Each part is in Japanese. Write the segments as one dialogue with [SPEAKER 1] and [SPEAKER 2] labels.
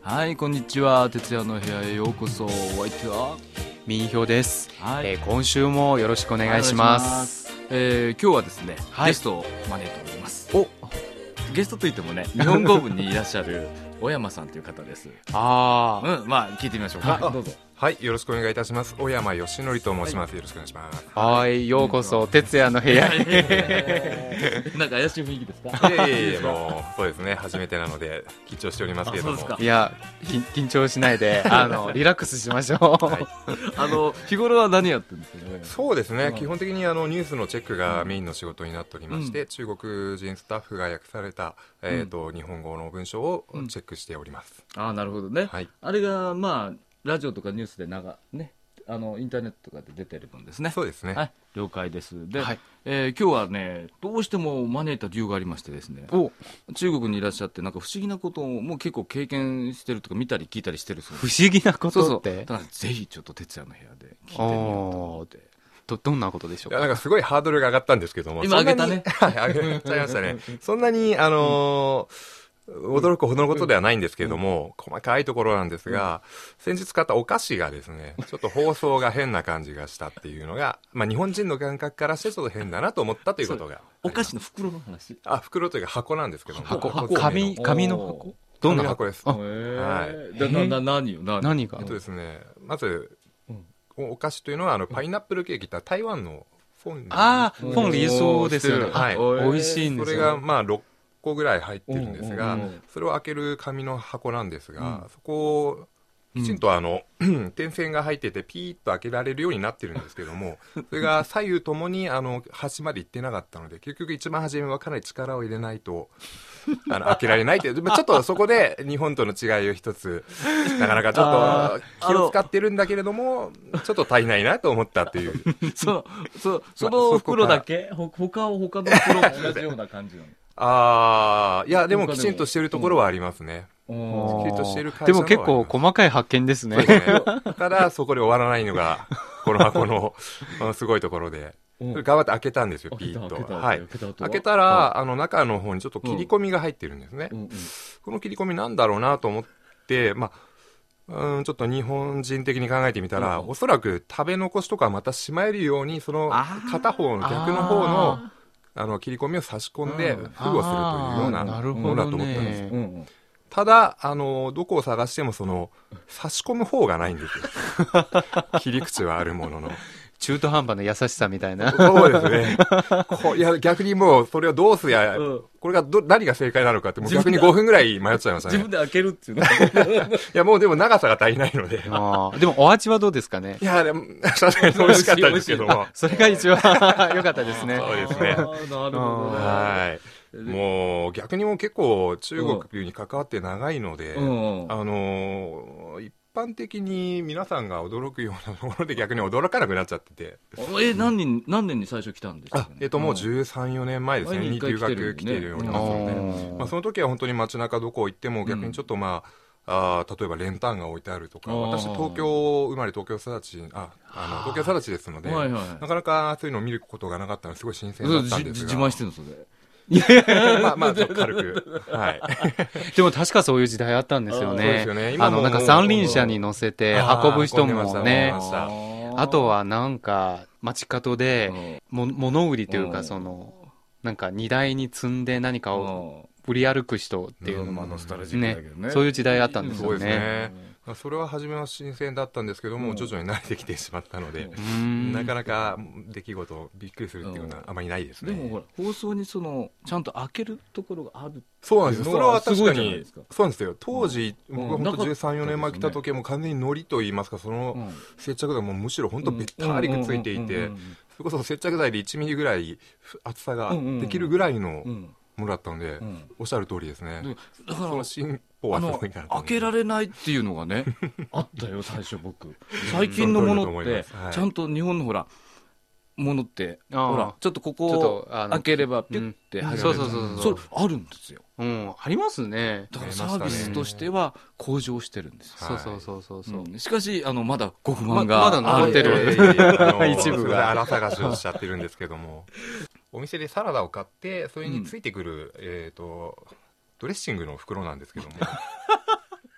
[SPEAKER 1] はいこんにちは徹夜の部屋へようこそお相手は
[SPEAKER 2] 民票です、
[SPEAKER 1] はい
[SPEAKER 2] えー今週もよろしくお願いします
[SPEAKER 1] えー今日はですね、
[SPEAKER 2] はい
[SPEAKER 1] ゲストを招いております
[SPEAKER 2] お
[SPEAKER 1] ゲストといってもね日本語部にいらっしゃる 小山さんという方です
[SPEAKER 2] あ
[SPEAKER 1] う
[SPEAKER 2] ー
[SPEAKER 1] んまあ聞いてみましょうか、どうぞ
[SPEAKER 3] はい、よろしくお願いいたします。小山義則と申します。よろしくお願いします。
[SPEAKER 2] はいようこそ徹夜の 部
[SPEAKER 1] い
[SPEAKER 2] 屋
[SPEAKER 1] やい
[SPEAKER 2] へ
[SPEAKER 1] やいやいやなんか怪しい雰囲気です か
[SPEAKER 3] いやいやいや、も う、そうですね、初めてなので、緊張しておりますけれど
[SPEAKER 1] あ
[SPEAKER 3] も。
[SPEAKER 1] そうです
[SPEAKER 2] いやき緊張しない であのリラックスしましょう、
[SPEAKER 3] はい
[SPEAKER 1] あの日頃は何やってるんですか小山さん
[SPEAKER 3] そうですね、
[SPEAKER 1] うん
[SPEAKER 3] 基本的にあのニュースのチェックがメインの仕事になっておりまして、中国人スタッフが訳された、えーと日本語の文章を
[SPEAKER 1] うん
[SPEAKER 3] チェックしております。
[SPEAKER 1] ああなるほどね、
[SPEAKER 3] はい、
[SPEAKER 1] あれがまあラジオとかニュースで長ねあのインターネットとかで出てる分ですね
[SPEAKER 3] そうですね、
[SPEAKER 1] はい了解ですで、
[SPEAKER 2] はい
[SPEAKER 1] えー今日はねどうしても招いた理由がありましてですね
[SPEAKER 2] お
[SPEAKER 1] 中国にいらっしゃってなんか不思議なことをもう結構経験してるとか見たり聞いたりしてるそうで
[SPEAKER 2] 不
[SPEAKER 1] す
[SPEAKER 2] 思議なこ
[SPEAKER 1] そう
[SPEAKER 2] と
[SPEAKER 1] そ
[SPEAKER 2] っ
[SPEAKER 1] うだ
[SPEAKER 2] て
[SPEAKER 1] からぜひちょっと徹夜の部屋で聞いてみようと思って
[SPEAKER 2] どどんなことでしょ
[SPEAKER 3] いうや
[SPEAKER 2] か
[SPEAKER 3] なんかすごいハードルが上がったんですけども
[SPEAKER 1] 今
[SPEAKER 3] そんなに
[SPEAKER 1] 上げ
[SPEAKER 3] はい上げちゃいましたねそんなにあのー驚くほどのことではないんですけれども、細かいところなんですが、先日買ったお菓子がですね、ちょっと包装が変な感じがしたっていうのが、まあ日本人の感覚からしてちょっと変だなと思ったということが。
[SPEAKER 1] お菓子の袋の話
[SPEAKER 3] あ、袋というか箱なんですけども。
[SPEAKER 2] 箱
[SPEAKER 3] 箱
[SPEAKER 2] 箱紙紙の箱
[SPEAKER 1] お
[SPEAKER 2] どんな
[SPEAKER 3] 紙
[SPEAKER 2] 箱
[SPEAKER 3] の箱です
[SPEAKER 2] あ
[SPEAKER 1] はいでなな何よ何
[SPEAKER 2] 何が
[SPEAKER 3] えっとですね、まず、おお菓子というのは、あの、パイナップルケーキって台湾のフォンデュ
[SPEAKER 2] ああフォン理想ですよね
[SPEAKER 3] おーはい
[SPEAKER 2] あ美味しいん
[SPEAKER 3] そ
[SPEAKER 2] です
[SPEAKER 3] れ
[SPEAKER 2] よ
[SPEAKER 3] がまあ6個ぐらい入ってるんですが、
[SPEAKER 1] うんうんうん
[SPEAKER 3] それを開ける紙の箱なんですが、
[SPEAKER 1] うん
[SPEAKER 3] そこをきちんとあの、点線が入っててピーッと開けられるようになってるんですけどもそれが左右ともにあの端まで行ってなかったので結局一番初めはかなり力を入れないと。あの開けられないっていう、まあちょっとそこで日本との違いを一つ、なかなかちょっと気を使ってるんだけれども、ちょっと足りないなと思ったっていう、
[SPEAKER 1] そうそうそ
[SPEAKER 3] まあそ
[SPEAKER 1] の
[SPEAKER 3] こ
[SPEAKER 1] 袋だけほ他を他の袋も同じような感じなの
[SPEAKER 3] ああ、いや、でもきちんとしてるところはありますね。
[SPEAKER 1] おー
[SPEAKER 3] 地球としてる会社
[SPEAKER 2] で
[SPEAKER 3] の
[SPEAKER 2] も
[SPEAKER 3] はあ
[SPEAKER 2] 結
[SPEAKER 3] ります
[SPEAKER 2] 構細かい発見ですね
[SPEAKER 3] ただ、そこで終わらないのが、この 箱の、あのすごいところで。
[SPEAKER 1] うん
[SPEAKER 3] それ頑張って開けたんですよ、
[SPEAKER 1] 開け
[SPEAKER 3] ピ
[SPEAKER 1] た
[SPEAKER 3] ーッと。
[SPEAKER 1] 開けた
[SPEAKER 3] はい
[SPEAKER 1] 開けた後は
[SPEAKER 3] 開けたら、あの、中の方にちょっと切り込みが入ってるんですね
[SPEAKER 1] う。んうん
[SPEAKER 3] この切り込みなんだろうなと思って、まあ、うん、ちょっと日本人的に考えてみたら、
[SPEAKER 1] うん
[SPEAKER 3] おそらく食べ残しとかまたしまえるように、その
[SPEAKER 1] あー
[SPEAKER 3] 片方の逆の方の
[SPEAKER 2] あ、
[SPEAKER 3] あの、切り込みを差し込んで、
[SPEAKER 1] うん
[SPEAKER 3] 封をするというよう
[SPEAKER 2] あ
[SPEAKER 3] な
[SPEAKER 2] ーなる
[SPEAKER 3] も
[SPEAKER 2] ほ
[SPEAKER 3] のだと
[SPEAKER 2] ど
[SPEAKER 3] 思ったんです
[SPEAKER 2] ね
[SPEAKER 1] うんうん
[SPEAKER 3] ただ、あの、どこを探しても、その、差し込む方がないんですよ。 切り口はあるものの。
[SPEAKER 2] 中途半端な優しさみたいな
[SPEAKER 3] そうですね。こいや、逆にもう、それをどうすや、
[SPEAKER 1] うん
[SPEAKER 3] これがど、何が正解なのかって、もう
[SPEAKER 1] 自
[SPEAKER 3] 逆
[SPEAKER 1] 分で
[SPEAKER 3] に5分ぐらい迷っちゃいました
[SPEAKER 1] 自
[SPEAKER 3] ね
[SPEAKER 1] 分。で開けるっていうね
[SPEAKER 3] いや、もうでも長さが足りないので。
[SPEAKER 2] あーでもお味はどうですかね
[SPEAKER 3] いや、でも、確かに美味しかったですけども。
[SPEAKER 2] それが一番良かった ですね。
[SPEAKER 3] そうですね
[SPEAKER 1] あーなるほどね
[SPEAKER 3] はい。もう、逆にもう結構、中国に関わって長いので、
[SPEAKER 1] うん
[SPEAKER 3] あのー一般的に皆さんが驚くようなところで逆に驚かなくなっちゃってて。
[SPEAKER 1] え何年何年に最初来たんですか、
[SPEAKER 3] あ
[SPEAKER 1] ね、
[SPEAKER 3] えっと、もう
[SPEAKER 1] 十
[SPEAKER 3] 13、4年前です
[SPEAKER 1] 前
[SPEAKER 3] ね、
[SPEAKER 1] に
[SPEAKER 3] に
[SPEAKER 1] 一回
[SPEAKER 3] 留
[SPEAKER 1] 来てるよね
[SPEAKER 3] 学来てるように
[SPEAKER 1] う
[SPEAKER 3] な
[SPEAKER 1] あ
[SPEAKER 3] っ
[SPEAKER 1] ー
[SPEAKER 3] た
[SPEAKER 1] そう
[SPEAKER 3] ので、
[SPEAKER 1] ね
[SPEAKER 3] まあ、その時は本当に街中どこ行っても、逆にちょっとまあ、あー例えばレンタンが置いてあるとか、
[SPEAKER 1] あー
[SPEAKER 3] 私、東京生まれ、東京育ち、ああの東京育ちですので、
[SPEAKER 1] はい
[SPEAKER 3] な
[SPEAKER 1] はい
[SPEAKER 3] かなかそういうのを見ることがなかったのですごい新鮮だ
[SPEAKER 1] そう
[SPEAKER 3] ったん
[SPEAKER 1] じ
[SPEAKER 3] で
[SPEAKER 1] 自
[SPEAKER 3] すが、
[SPEAKER 1] 慢してるのそれ
[SPEAKER 3] まあまあ、ちょっと軽く、はい、
[SPEAKER 2] でも確かそういう時代あったんですよ
[SPEAKER 3] そうで
[SPEAKER 2] ね
[SPEAKER 3] すよね。今
[SPEAKER 2] あ
[SPEAKER 3] も
[SPEAKER 2] の、なんか三輪車に乗せて
[SPEAKER 3] あー
[SPEAKER 2] 運ぶ人も
[SPEAKER 3] 運んで
[SPEAKER 2] ね
[SPEAKER 3] ま。した
[SPEAKER 2] あとはなんか街角でも物売りという
[SPEAKER 1] う
[SPEAKER 2] か
[SPEAKER 1] ん
[SPEAKER 2] その、なんか荷台に積んで何かを売り歩く人っていうのも
[SPEAKER 3] うん
[SPEAKER 1] ノスタルジックだ
[SPEAKER 2] ね
[SPEAKER 1] けどね
[SPEAKER 2] そういう時代あったんです
[SPEAKER 3] そう
[SPEAKER 2] よ
[SPEAKER 3] です
[SPEAKER 2] ね。
[SPEAKER 3] ね、まあそれは初めは新鮮だったんですけども、
[SPEAKER 1] うん
[SPEAKER 3] 徐々に慣れてきてしまったので
[SPEAKER 1] う、
[SPEAKER 2] うーん
[SPEAKER 3] なかなか出来事、びっくりするっていうの
[SPEAKER 1] う
[SPEAKER 3] は
[SPEAKER 1] ん
[SPEAKER 3] あまりないです
[SPEAKER 1] で
[SPEAKER 3] ね。
[SPEAKER 1] もほら放送にそのちゃんと開けるところがある
[SPEAKER 3] そうなんですよ。
[SPEAKER 1] の
[SPEAKER 3] それ
[SPEAKER 1] は
[SPEAKER 3] は
[SPEAKER 1] す
[SPEAKER 3] 確
[SPEAKER 1] ご
[SPEAKER 3] か
[SPEAKER 1] いじゃない
[SPEAKER 3] に
[SPEAKER 1] ですか、
[SPEAKER 3] そうなんですよ。当時、
[SPEAKER 1] うん
[SPEAKER 3] 僕は
[SPEAKER 1] うんなか
[SPEAKER 3] 本当
[SPEAKER 1] ったですよね
[SPEAKER 3] 13、4年前来た時はもう完全にノリと言いますか、その接着剤もむしろ本当べったりくっついていて、それこそ接着剤で1ミリぐらい厚さができるぐらいの
[SPEAKER 1] うん
[SPEAKER 3] ものだったので
[SPEAKER 1] う、ん
[SPEAKER 3] おっしゃる通りですね。
[SPEAKER 1] でだか
[SPEAKER 3] その
[SPEAKER 1] ら
[SPEAKER 3] 進歩
[SPEAKER 1] あ
[SPEAKER 3] はす
[SPEAKER 1] の
[SPEAKER 3] ごいなと思
[SPEAKER 1] 開
[SPEAKER 3] います
[SPEAKER 1] けられないっていうのが ねあったよ最初僕最近のものっ
[SPEAKER 3] その通り
[SPEAKER 1] て
[SPEAKER 3] だと思いますはい
[SPEAKER 1] ちゃんと日本のほらものって
[SPEAKER 2] あー
[SPEAKER 1] ほらちょっとこ
[SPEAKER 2] ちょっ
[SPEAKER 1] こと
[SPEAKER 2] あの
[SPEAKER 1] 開ければピュッて
[SPEAKER 2] うん
[SPEAKER 1] 入られる
[SPEAKER 2] そうそうそう
[SPEAKER 1] そ
[SPEAKER 2] そう
[SPEAKER 1] れあるんですよ
[SPEAKER 2] うん、ありますね。
[SPEAKER 1] だからサービスとしては向上してるんですよ
[SPEAKER 3] はい
[SPEAKER 2] そうそうそうそうそう。
[SPEAKER 1] うんしかしあのまだご不満
[SPEAKER 2] ま
[SPEAKER 1] が
[SPEAKER 2] まだ残ってる
[SPEAKER 1] あ
[SPEAKER 3] いやい やいやあの
[SPEAKER 2] 一部が
[SPEAKER 3] すいません荒探しをしちゃってるんですけども。 お店でサラダを買って、それについてくる、えっと、ドレッシングの袋なんですけども。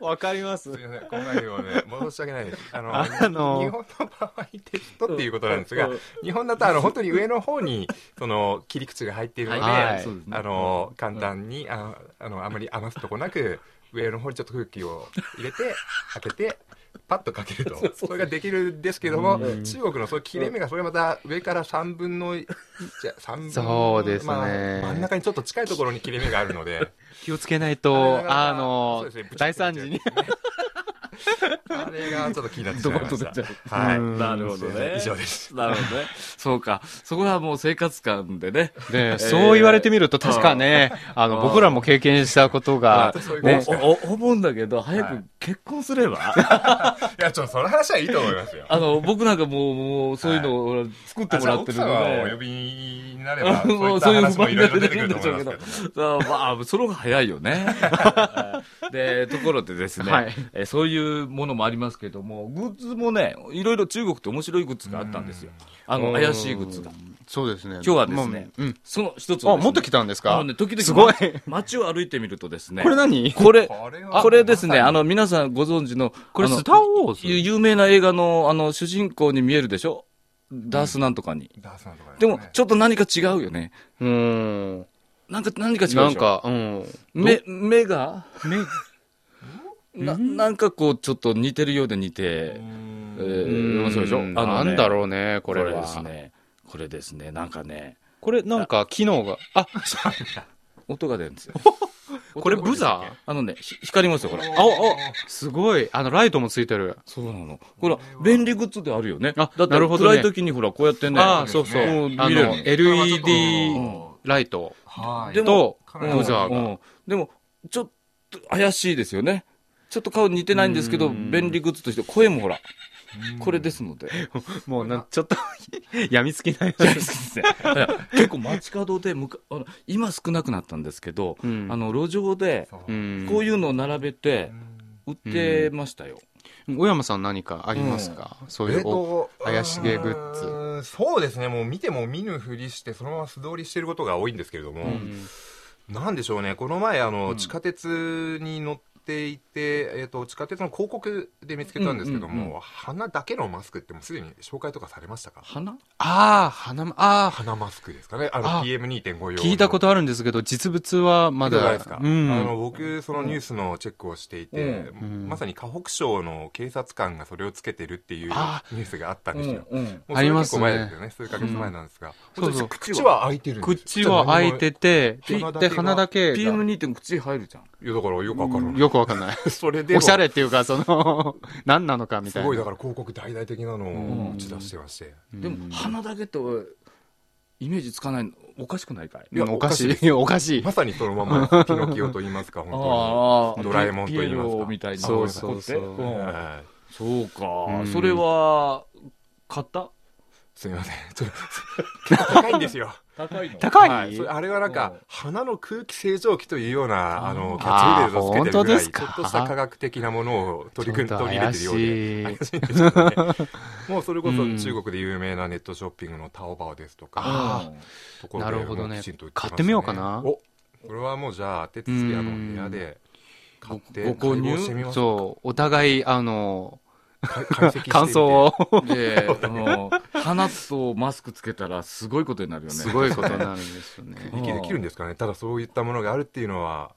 [SPEAKER 2] わかります
[SPEAKER 3] すいません、こんなにもね、申し訳ないです。あの、
[SPEAKER 2] あの
[SPEAKER 3] 日本の場合テストっていうことなんですが
[SPEAKER 1] うん、
[SPEAKER 3] 日本だとあの本当に上の方に、その、切り口が入っているので、
[SPEAKER 2] はい
[SPEAKER 1] そうですね
[SPEAKER 3] あの、簡単に、ああの、あまり余すとこなく、上の方にちょっと空気を入れ て、開けて、パッとかけると。それができるんですけども、
[SPEAKER 2] うん
[SPEAKER 3] 中国のその切れ目が、それまた上から3分の1、じゃ3分の
[SPEAKER 2] そうですね
[SPEAKER 3] まあ真ん中にちょっと近いところに切れ目があるので、
[SPEAKER 2] 気をつけない
[SPEAKER 3] あれ
[SPEAKER 2] と
[SPEAKER 3] が、
[SPEAKER 2] あの
[SPEAKER 3] そうですね、
[SPEAKER 2] 大惨事に。
[SPEAKER 3] あれがちょっと気になってし
[SPEAKER 1] ド
[SPEAKER 3] ま
[SPEAKER 1] バッ
[SPEAKER 3] いま
[SPEAKER 1] と
[SPEAKER 3] し
[SPEAKER 1] 出
[SPEAKER 3] た
[SPEAKER 1] ちゃう。
[SPEAKER 3] はい。
[SPEAKER 2] うん
[SPEAKER 1] なるほどね。
[SPEAKER 3] 以上です。
[SPEAKER 1] なるほどね。そうか。そこはもう生活感でね。
[SPEAKER 2] で、そう言われてみると確かね、あの、
[SPEAKER 1] うん
[SPEAKER 2] 僕らも経験したことが
[SPEAKER 3] あ、そういうこと
[SPEAKER 2] ね
[SPEAKER 3] です、
[SPEAKER 1] お、お、思うんだけど、早
[SPEAKER 3] は
[SPEAKER 1] く
[SPEAKER 3] い
[SPEAKER 1] 結婚すれば、
[SPEAKER 3] いや、ちょっとその話はいいと思いますよ。
[SPEAKER 1] あの、僕なんかもう、もう、そういうのを作ってもらってるので。
[SPEAKER 3] あじゃあ奥様をお呼びになれば、
[SPEAKER 1] あ
[SPEAKER 3] そうい
[SPEAKER 1] も
[SPEAKER 3] っ
[SPEAKER 1] う
[SPEAKER 3] た
[SPEAKER 1] そういう
[SPEAKER 3] 話
[SPEAKER 1] 不
[SPEAKER 3] もい
[SPEAKER 1] 満
[SPEAKER 3] ろい
[SPEAKER 1] が
[SPEAKER 3] ろ
[SPEAKER 1] 出
[SPEAKER 3] 出て
[SPEAKER 1] て
[SPEAKER 3] く
[SPEAKER 1] く
[SPEAKER 3] る
[SPEAKER 1] るんでしょう
[SPEAKER 3] と思い
[SPEAKER 1] けど
[SPEAKER 3] ますけども。
[SPEAKER 1] あま あ、その方が早いよね。で、ところでですね、
[SPEAKER 2] はい
[SPEAKER 1] えーそういうものもありますけども、グッズもね、いろいろ中国って面白いグッズがあったんですよ。あの、怪しいグッズが。。
[SPEAKER 2] そうですね。今
[SPEAKER 1] 日はですね
[SPEAKER 2] うん。
[SPEAKER 1] その一つを
[SPEAKER 2] あ、
[SPEAKER 1] ですね
[SPEAKER 2] もっと来たんです
[SPEAKER 1] あ
[SPEAKER 2] か
[SPEAKER 1] のね、時々、
[SPEAKER 2] すごい。
[SPEAKER 1] 街を歩いてみるとですね、
[SPEAKER 2] これ何
[SPEAKER 1] これ、
[SPEAKER 3] これは
[SPEAKER 1] これですね、
[SPEAKER 3] ま
[SPEAKER 1] あ
[SPEAKER 3] さに
[SPEAKER 1] の、皆さんご存知の、
[SPEAKER 2] これ
[SPEAKER 1] あの
[SPEAKER 2] スターウォーズ
[SPEAKER 1] ゆ有名な映画の、あの、主人公に見えるでしょダースなんとかに。
[SPEAKER 3] ダースのところ
[SPEAKER 1] です
[SPEAKER 3] ね
[SPEAKER 1] も、ちょっと何か違うよね。
[SPEAKER 2] うーん。
[SPEAKER 1] なんか、何か違うでしょ
[SPEAKER 2] なんか、うん。
[SPEAKER 1] 目、目が目 な、なんかこう、ちょっと似てるようで似て
[SPEAKER 3] う、
[SPEAKER 1] え
[SPEAKER 3] ん
[SPEAKER 1] ー、面白いでしょ
[SPEAKER 2] うん
[SPEAKER 1] あの
[SPEAKER 2] な
[SPEAKER 1] ね
[SPEAKER 2] んだろうね、こ
[SPEAKER 1] こ
[SPEAKER 2] れ
[SPEAKER 1] れ
[SPEAKER 2] は。
[SPEAKER 1] ですね。これですね、なんかね、
[SPEAKER 2] これなんか機能が、あ、
[SPEAKER 1] 音が出るんです よ。
[SPEAKER 2] これブザー
[SPEAKER 1] あのね、ひ光りますよ、ほら。
[SPEAKER 2] あ、お、すごい。あの、ライトもついてる。
[SPEAKER 1] そうなの。ほら、便利グッズであるよね。
[SPEAKER 2] あ
[SPEAKER 1] だって
[SPEAKER 2] なるほどね
[SPEAKER 1] 暗い時にほら、こうやってね。
[SPEAKER 2] ああ、そうそう。
[SPEAKER 1] もう
[SPEAKER 2] あ
[SPEAKER 1] 見れるの。
[SPEAKER 2] の、LED ライト
[SPEAKER 3] はい。
[SPEAKER 1] でも
[SPEAKER 2] と、
[SPEAKER 3] うん
[SPEAKER 2] ブザー
[SPEAKER 1] う
[SPEAKER 2] が。
[SPEAKER 1] んでも、ちょっと怪しいですよね。ちょっと顔似てないんですけど、
[SPEAKER 2] うん
[SPEAKER 1] 便利グッズとして、声もほら、これです ので。
[SPEAKER 2] もうなん、ち ょっと、やみつきない。
[SPEAKER 1] 大好きですねいや結構街角でむかあの今少なくなったんですけど、
[SPEAKER 2] うん
[SPEAKER 1] あの路上で
[SPEAKER 3] そ
[SPEAKER 2] う
[SPEAKER 3] う
[SPEAKER 2] ん
[SPEAKER 1] こういうのを並べて
[SPEAKER 3] う
[SPEAKER 1] 売
[SPEAKER 3] ん
[SPEAKER 1] ってましたよ、
[SPEAKER 2] 小山さん何かありますか、そうい
[SPEAKER 3] えっ
[SPEAKER 2] うお、
[SPEAKER 3] と、
[SPEAKER 2] 怪しげグッズ
[SPEAKER 3] うーん。そうですね、もう見ても見ぬふりして、そのまま素通りしてることが多いんですけれども、なんでしょうね、この前、あの、地下鉄に乗っていて、えっ、と、地下鉄の広告で見つけたんですけども、
[SPEAKER 1] うんうん
[SPEAKER 3] 鼻だけのマスクってもうすでに紹介とかされましたか
[SPEAKER 1] 花
[SPEAKER 2] ああ、花ま、あ
[SPEAKER 3] 鼻マスクですかね、あ
[SPEAKER 2] あ
[SPEAKER 3] の PM2.5 用
[SPEAKER 2] あ、
[SPEAKER 3] の。
[SPEAKER 2] 聞いたことあるんですけど、実物はま
[SPEAKER 3] まだない
[SPEAKER 2] だ
[SPEAKER 3] ですか、、
[SPEAKER 2] うん。
[SPEAKER 3] あの僕、そのニュースのチェックをしていて、
[SPEAKER 1] うん
[SPEAKER 3] まさに河北省の警察官がそれをつけてるっていうニュ
[SPEAKER 2] あ
[SPEAKER 3] ースがあったんですよ。
[SPEAKER 1] うんうん
[SPEAKER 3] もうそれ
[SPEAKER 2] あります
[SPEAKER 3] 結構前ですよね。数ヶ月前なんですが。
[SPEAKER 2] うんそうそう
[SPEAKER 3] 本当に口は開いてるんですよ
[SPEAKER 2] 口は開いてて、
[SPEAKER 3] じゃあ何も
[SPEAKER 2] で、鼻だけが、
[SPEAKER 1] PM2.5 口入るじゃん
[SPEAKER 3] いや、だからよくわかる
[SPEAKER 2] よくわかんない。
[SPEAKER 3] それでも
[SPEAKER 2] おしゃれっていうか、その、 何なのかみ
[SPEAKER 3] す
[SPEAKER 2] たいな。
[SPEAKER 3] ごいだから広告大々的なのを打ち出してまして、
[SPEAKER 1] でも鼻だけとイメージつかないのおかしくないかい
[SPEAKER 2] うんおかしい、おかしい
[SPEAKER 3] ま。さにそのままですピノキオと言いますか本
[SPEAKER 1] あ
[SPEAKER 3] ドラえもんと言いますか
[SPEAKER 1] ピエロみたいな
[SPEAKER 2] そうそうそう
[SPEAKER 1] こ
[SPEAKER 3] 当に、
[SPEAKER 1] やって
[SPEAKER 3] は
[SPEAKER 1] うんそうか、
[SPEAKER 2] うん
[SPEAKER 1] それは買った
[SPEAKER 3] いすみませんちょっと高いんですよ
[SPEAKER 1] 高いの
[SPEAKER 2] 高い、
[SPEAKER 3] はい、それあれはなんか
[SPEAKER 1] うん
[SPEAKER 3] 鼻の空気清浄機というようなあのキャッチフレーズをつけて
[SPEAKER 2] あー
[SPEAKER 3] る
[SPEAKER 2] 本当
[SPEAKER 3] ぐら
[SPEAKER 2] で
[SPEAKER 3] い
[SPEAKER 2] す
[SPEAKER 3] ち
[SPEAKER 2] か
[SPEAKER 3] ょっとした科学的なものを取り組ん
[SPEAKER 2] ちょっ
[SPEAKER 3] 取
[SPEAKER 2] と
[SPEAKER 3] り入れ
[SPEAKER 2] 怪
[SPEAKER 3] て
[SPEAKER 2] し
[SPEAKER 3] るよ
[SPEAKER 2] いう
[SPEAKER 3] で 怪しいんですけどねもうそれこそ
[SPEAKER 2] うん
[SPEAKER 3] 中国で有名なネットショッピングのタオバオですとか、
[SPEAKER 2] あ
[SPEAKER 3] ところで
[SPEAKER 2] なるほどね
[SPEAKER 3] もうきちんと売ま
[SPEAKER 2] 買
[SPEAKER 3] す
[SPEAKER 2] ってみようかな
[SPEAKER 3] おこれはもうじゃあ手続きあの部屋で買って
[SPEAKER 2] ご購
[SPEAKER 3] 解剖してみ
[SPEAKER 2] 入
[SPEAKER 3] ます
[SPEAKER 2] そう、お互い、あの、
[SPEAKER 3] か解析してみて
[SPEAKER 2] 感想を、
[SPEAKER 1] で、あの、鼻とマスクつけたらすごいことになるよね。
[SPEAKER 2] すごいことになるんですよね。
[SPEAKER 3] 息できるんですかねただそういったものがあるっていうのは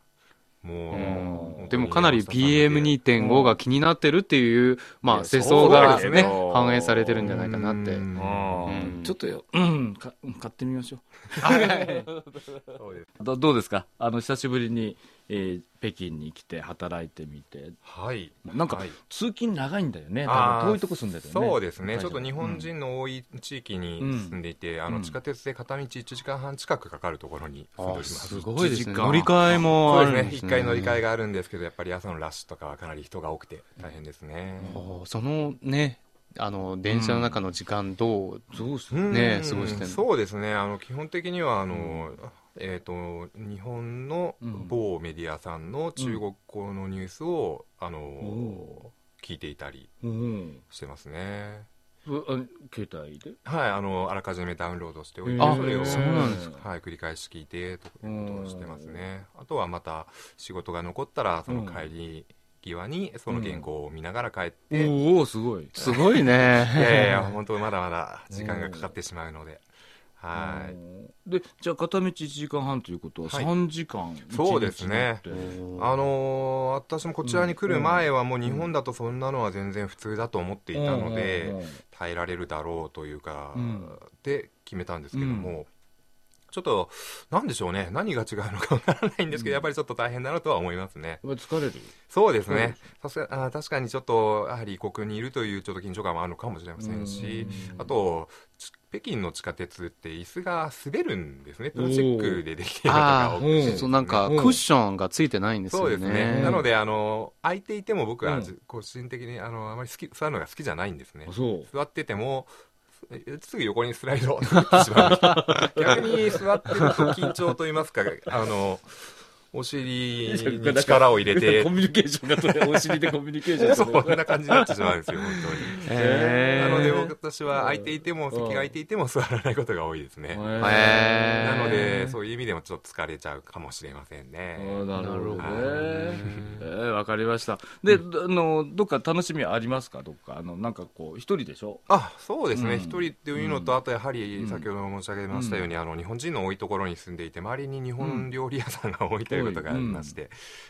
[SPEAKER 3] もう本当に
[SPEAKER 2] でもかなり
[SPEAKER 3] 山下さんで
[SPEAKER 2] PM2.5 が気になってるっていう、ま
[SPEAKER 1] い
[SPEAKER 2] あ、
[SPEAKER 1] や
[SPEAKER 2] 世相が
[SPEAKER 1] そう
[SPEAKER 2] ね
[SPEAKER 1] ですよ、
[SPEAKER 2] 反映されてるんじゃないかなって
[SPEAKER 3] う。
[SPEAKER 1] うんん
[SPEAKER 2] うん
[SPEAKER 1] ちょっとよ、うん、か買ってみましょ
[SPEAKER 3] そうで す
[SPEAKER 1] う。どどうですかあの、久しぶりに、えー北京に来て働いてみて。
[SPEAKER 3] はい
[SPEAKER 1] なんか、
[SPEAKER 3] はい
[SPEAKER 1] 通勤長いんだよね。
[SPEAKER 3] あ
[SPEAKER 1] 多
[SPEAKER 3] ー
[SPEAKER 1] 分遠いとこ住んでたよね。
[SPEAKER 3] そうですね、
[SPEAKER 1] 大
[SPEAKER 3] ち
[SPEAKER 1] 丈
[SPEAKER 3] ょ
[SPEAKER 1] 夫
[SPEAKER 3] っと日本人の多い地域に
[SPEAKER 1] うん
[SPEAKER 3] 住んでいて、あ
[SPEAKER 1] う
[SPEAKER 3] の
[SPEAKER 1] ん
[SPEAKER 3] 地下鉄で片道1時間半近くかかるところに住んでおります。
[SPEAKER 2] すごいで
[SPEAKER 1] 一
[SPEAKER 2] すね。
[SPEAKER 1] 時間
[SPEAKER 2] 乗り換えも
[SPEAKER 3] そ
[SPEAKER 2] あ
[SPEAKER 3] う
[SPEAKER 2] るん
[SPEAKER 3] で
[SPEAKER 2] ですす
[SPEAKER 3] ね、
[SPEAKER 2] ね。
[SPEAKER 3] 一回乗り換えがあるんですけど、やっぱり朝のラッシュとかはかなり人が多くて、大変ですね。
[SPEAKER 2] おーそのね、あの、電車の中の時間どう、
[SPEAKER 1] どうす
[SPEAKER 3] うん
[SPEAKER 2] ねえ過ごしてんの
[SPEAKER 3] そうですね、あの基本的にはあの、えー、と日本の
[SPEAKER 1] うん
[SPEAKER 3] 某メディアさんの中国語のニュースを、あの
[SPEAKER 1] お
[SPEAKER 3] 聞いていたり
[SPEAKER 1] うん。
[SPEAKER 3] してますね。
[SPEAKER 1] うあ携帯で
[SPEAKER 3] はい、あのあらかじめダウンロードしておいて、
[SPEAKER 1] へえ
[SPEAKER 2] あ、そうなんですか。
[SPEAKER 3] はい、繰り返し聞いてということをしてますね。あとはまた仕事が残ったらその帰り際にその原稿を見ながら帰って、い
[SPEAKER 1] おおすごい
[SPEAKER 2] すごいね。
[SPEAKER 3] や いや本当まだまだ時間がかかってしまうので、はい
[SPEAKER 1] いでじゃあ片道1時間半ということは
[SPEAKER 3] はい
[SPEAKER 1] 3時間、一日
[SPEAKER 3] そうですね
[SPEAKER 1] 乗って
[SPEAKER 3] あのー私もこちらに来る前はもう日本だとそんなのは全然普通だと思っていたの
[SPEAKER 1] う
[SPEAKER 3] で、
[SPEAKER 1] んうんうん
[SPEAKER 3] 耐えられるだろうというか、
[SPEAKER 1] うん
[SPEAKER 3] で決めたんですけども、ちょっとなんでしょうね何が違うのかわからないんですけど、やっぱりちょっと大変だなとは思いますね
[SPEAKER 1] やっぱ疲れる
[SPEAKER 3] そうですね、さすがあー確かにちょっとやはり異国にいるというちょっと緊張感もあるのかもしれませんし、あとち北京の地下鉄って椅子が滑るんですねプラスチックでできてるのが多くて
[SPEAKER 1] おーあーうん
[SPEAKER 2] そうなんかクッションがついてないんです
[SPEAKER 3] そう
[SPEAKER 2] よ
[SPEAKER 3] ですね、
[SPEAKER 2] ね。
[SPEAKER 3] なのであの空いていても僕
[SPEAKER 1] う
[SPEAKER 3] は
[SPEAKER 1] ん
[SPEAKER 3] じ個人的にあのあまり好き座るのが好きじゃないんですね
[SPEAKER 1] あそう
[SPEAKER 3] 座っててもすすぐ横にスライド してしまうんです よ逆に座ってると緊張と言いますかあのお尻 に 力を入れて
[SPEAKER 1] コミュニケーションが取れお尻でコミュニケーション
[SPEAKER 3] そ
[SPEAKER 1] 取れる
[SPEAKER 3] んな感じになってしまうんですよ本当に、
[SPEAKER 2] へー
[SPEAKER 3] なので僕私は空いていても
[SPEAKER 1] ん
[SPEAKER 3] 席が空いていても座らないことが多いですね、
[SPEAKER 2] へー
[SPEAKER 3] なのでそういう意味でもちょっと疲れちゃうかもしれませんね、
[SPEAKER 1] あなるほどね
[SPEAKER 3] なるほど
[SPEAKER 1] えーわかりましたで、あのどっか楽しみありますかどっかあのなんかこう一人でしょ
[SPEAKER 3] あそうです
[SPEAKER 1] う
[SPEAKER 3] ね、
[SPEAKER 1] ん
[SPEAKER 3] 一人っていうのと、あとやはり
[SPEAKER 1] うん
[SPEAKER 3] 先ほども申し上げましたように、あの日本人の多いところに住んでいて、周りに日本料理屋さんが多いということがありまして、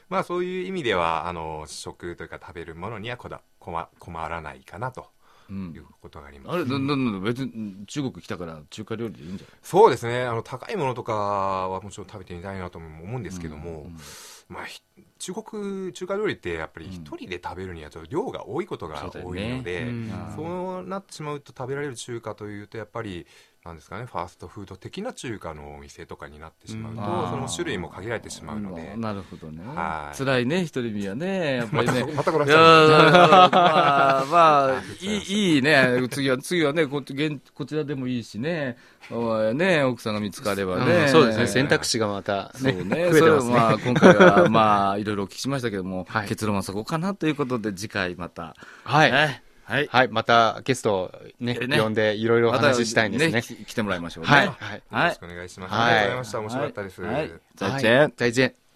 [SPEAKER 3] まあ、そういう意味ではあの、食というか、食べるものにはこだ困困らないかなと
[SPEAKER 1] うん
[SPEAKER 3] いうことがあります。
[SPEAKER 1] あれ、ななな別に中国来たから中華料理でいいんじゃない
[SPEAKER 3] そうですねあの高いものとかはもちろん食べてみたいなとも思うんですけども、まあ、ひ中国中華料理ってやっぱり一人で食べるにはちょっと量が多いことが多いので、
[SPEAKER 2] うん
[SPEAKER 1] あー
[SPEAKER 3] そうなってしまうと食べられる中華というとやっぱりなんですかねファーストフード的な中華のお店とかになってしまうと、
[SPEAKER 2] うん
[SPEAKER 1] あー
[SPEAKER 3] その種類も限られてしまうので、
[SPEAKER 1] なるほどね
[SPEAKER 3] はい
[SPEAKER 1] 辛いね一人身はねやっぱ
[SPEAKER 3] ま
[SPEAKER 1] り
[SPEAKER 3] た
[SPEAKER 1] ね
[SPEAKER 3] またこれ
[SPEAKER 1] いや
[SPEAKER 3] は
[SPEAKER 1] ーまあ、まあ、いい、いいね。次は、次はね、こっち、現こちらでもいいしね。おいね、奥さんが見つかれば
[SPEAKER 2] う
[SPEAKER 1] ね。
[SPEAKER 2] んそうですね。
[SPEAKER 1] 選
[SPEAKER 2] 選択肢がまた
[SPEAKER 1] そう
[SPEAKER 2] ね、
[SPEAKER 1] ね。
[SPEAKER 2] 増
[SPEAKER 1] そ
[SPEAKER 2] え
[SPEAKER 1] れ
[SPEAKER 2] てま
[SPEAKER 1] は
[SPEAKER 2] す
[SPEAKER 1] ま
[SPEAKER 2] ね。
[SPEAKER 1] あ、今回 は、まあ、いろいろお聞きしましたけども、
[SPEAKER 2] はい
[SPEAKER 1] 結論はそこかなということで、次回また。
[SPEAKER 2] はい。
[SPEAKER 1] ねはい。
[SPEAKER 2] はい。またゲストをね、
[SPEAKER 1] ね
[SPEAKER 2] 呼んでいろいろお
[SPEAKER 1] また
[SPEAKER 2] 話ししたいんですね。
[SPEAKER 1] き来てもらいましょうね。
[SPEAKER 2] はい。はい。
[SPEAKER 3] よろしくお願いします、
[SPEAKER 1] はい
[SPEAKER 3] ありがとうございました面白かったです、
[SPEAKER 1] はい。
[SPEAKER 2] はい
[SPEAKER 1] 再见。
[SPEAKER 2] 再见。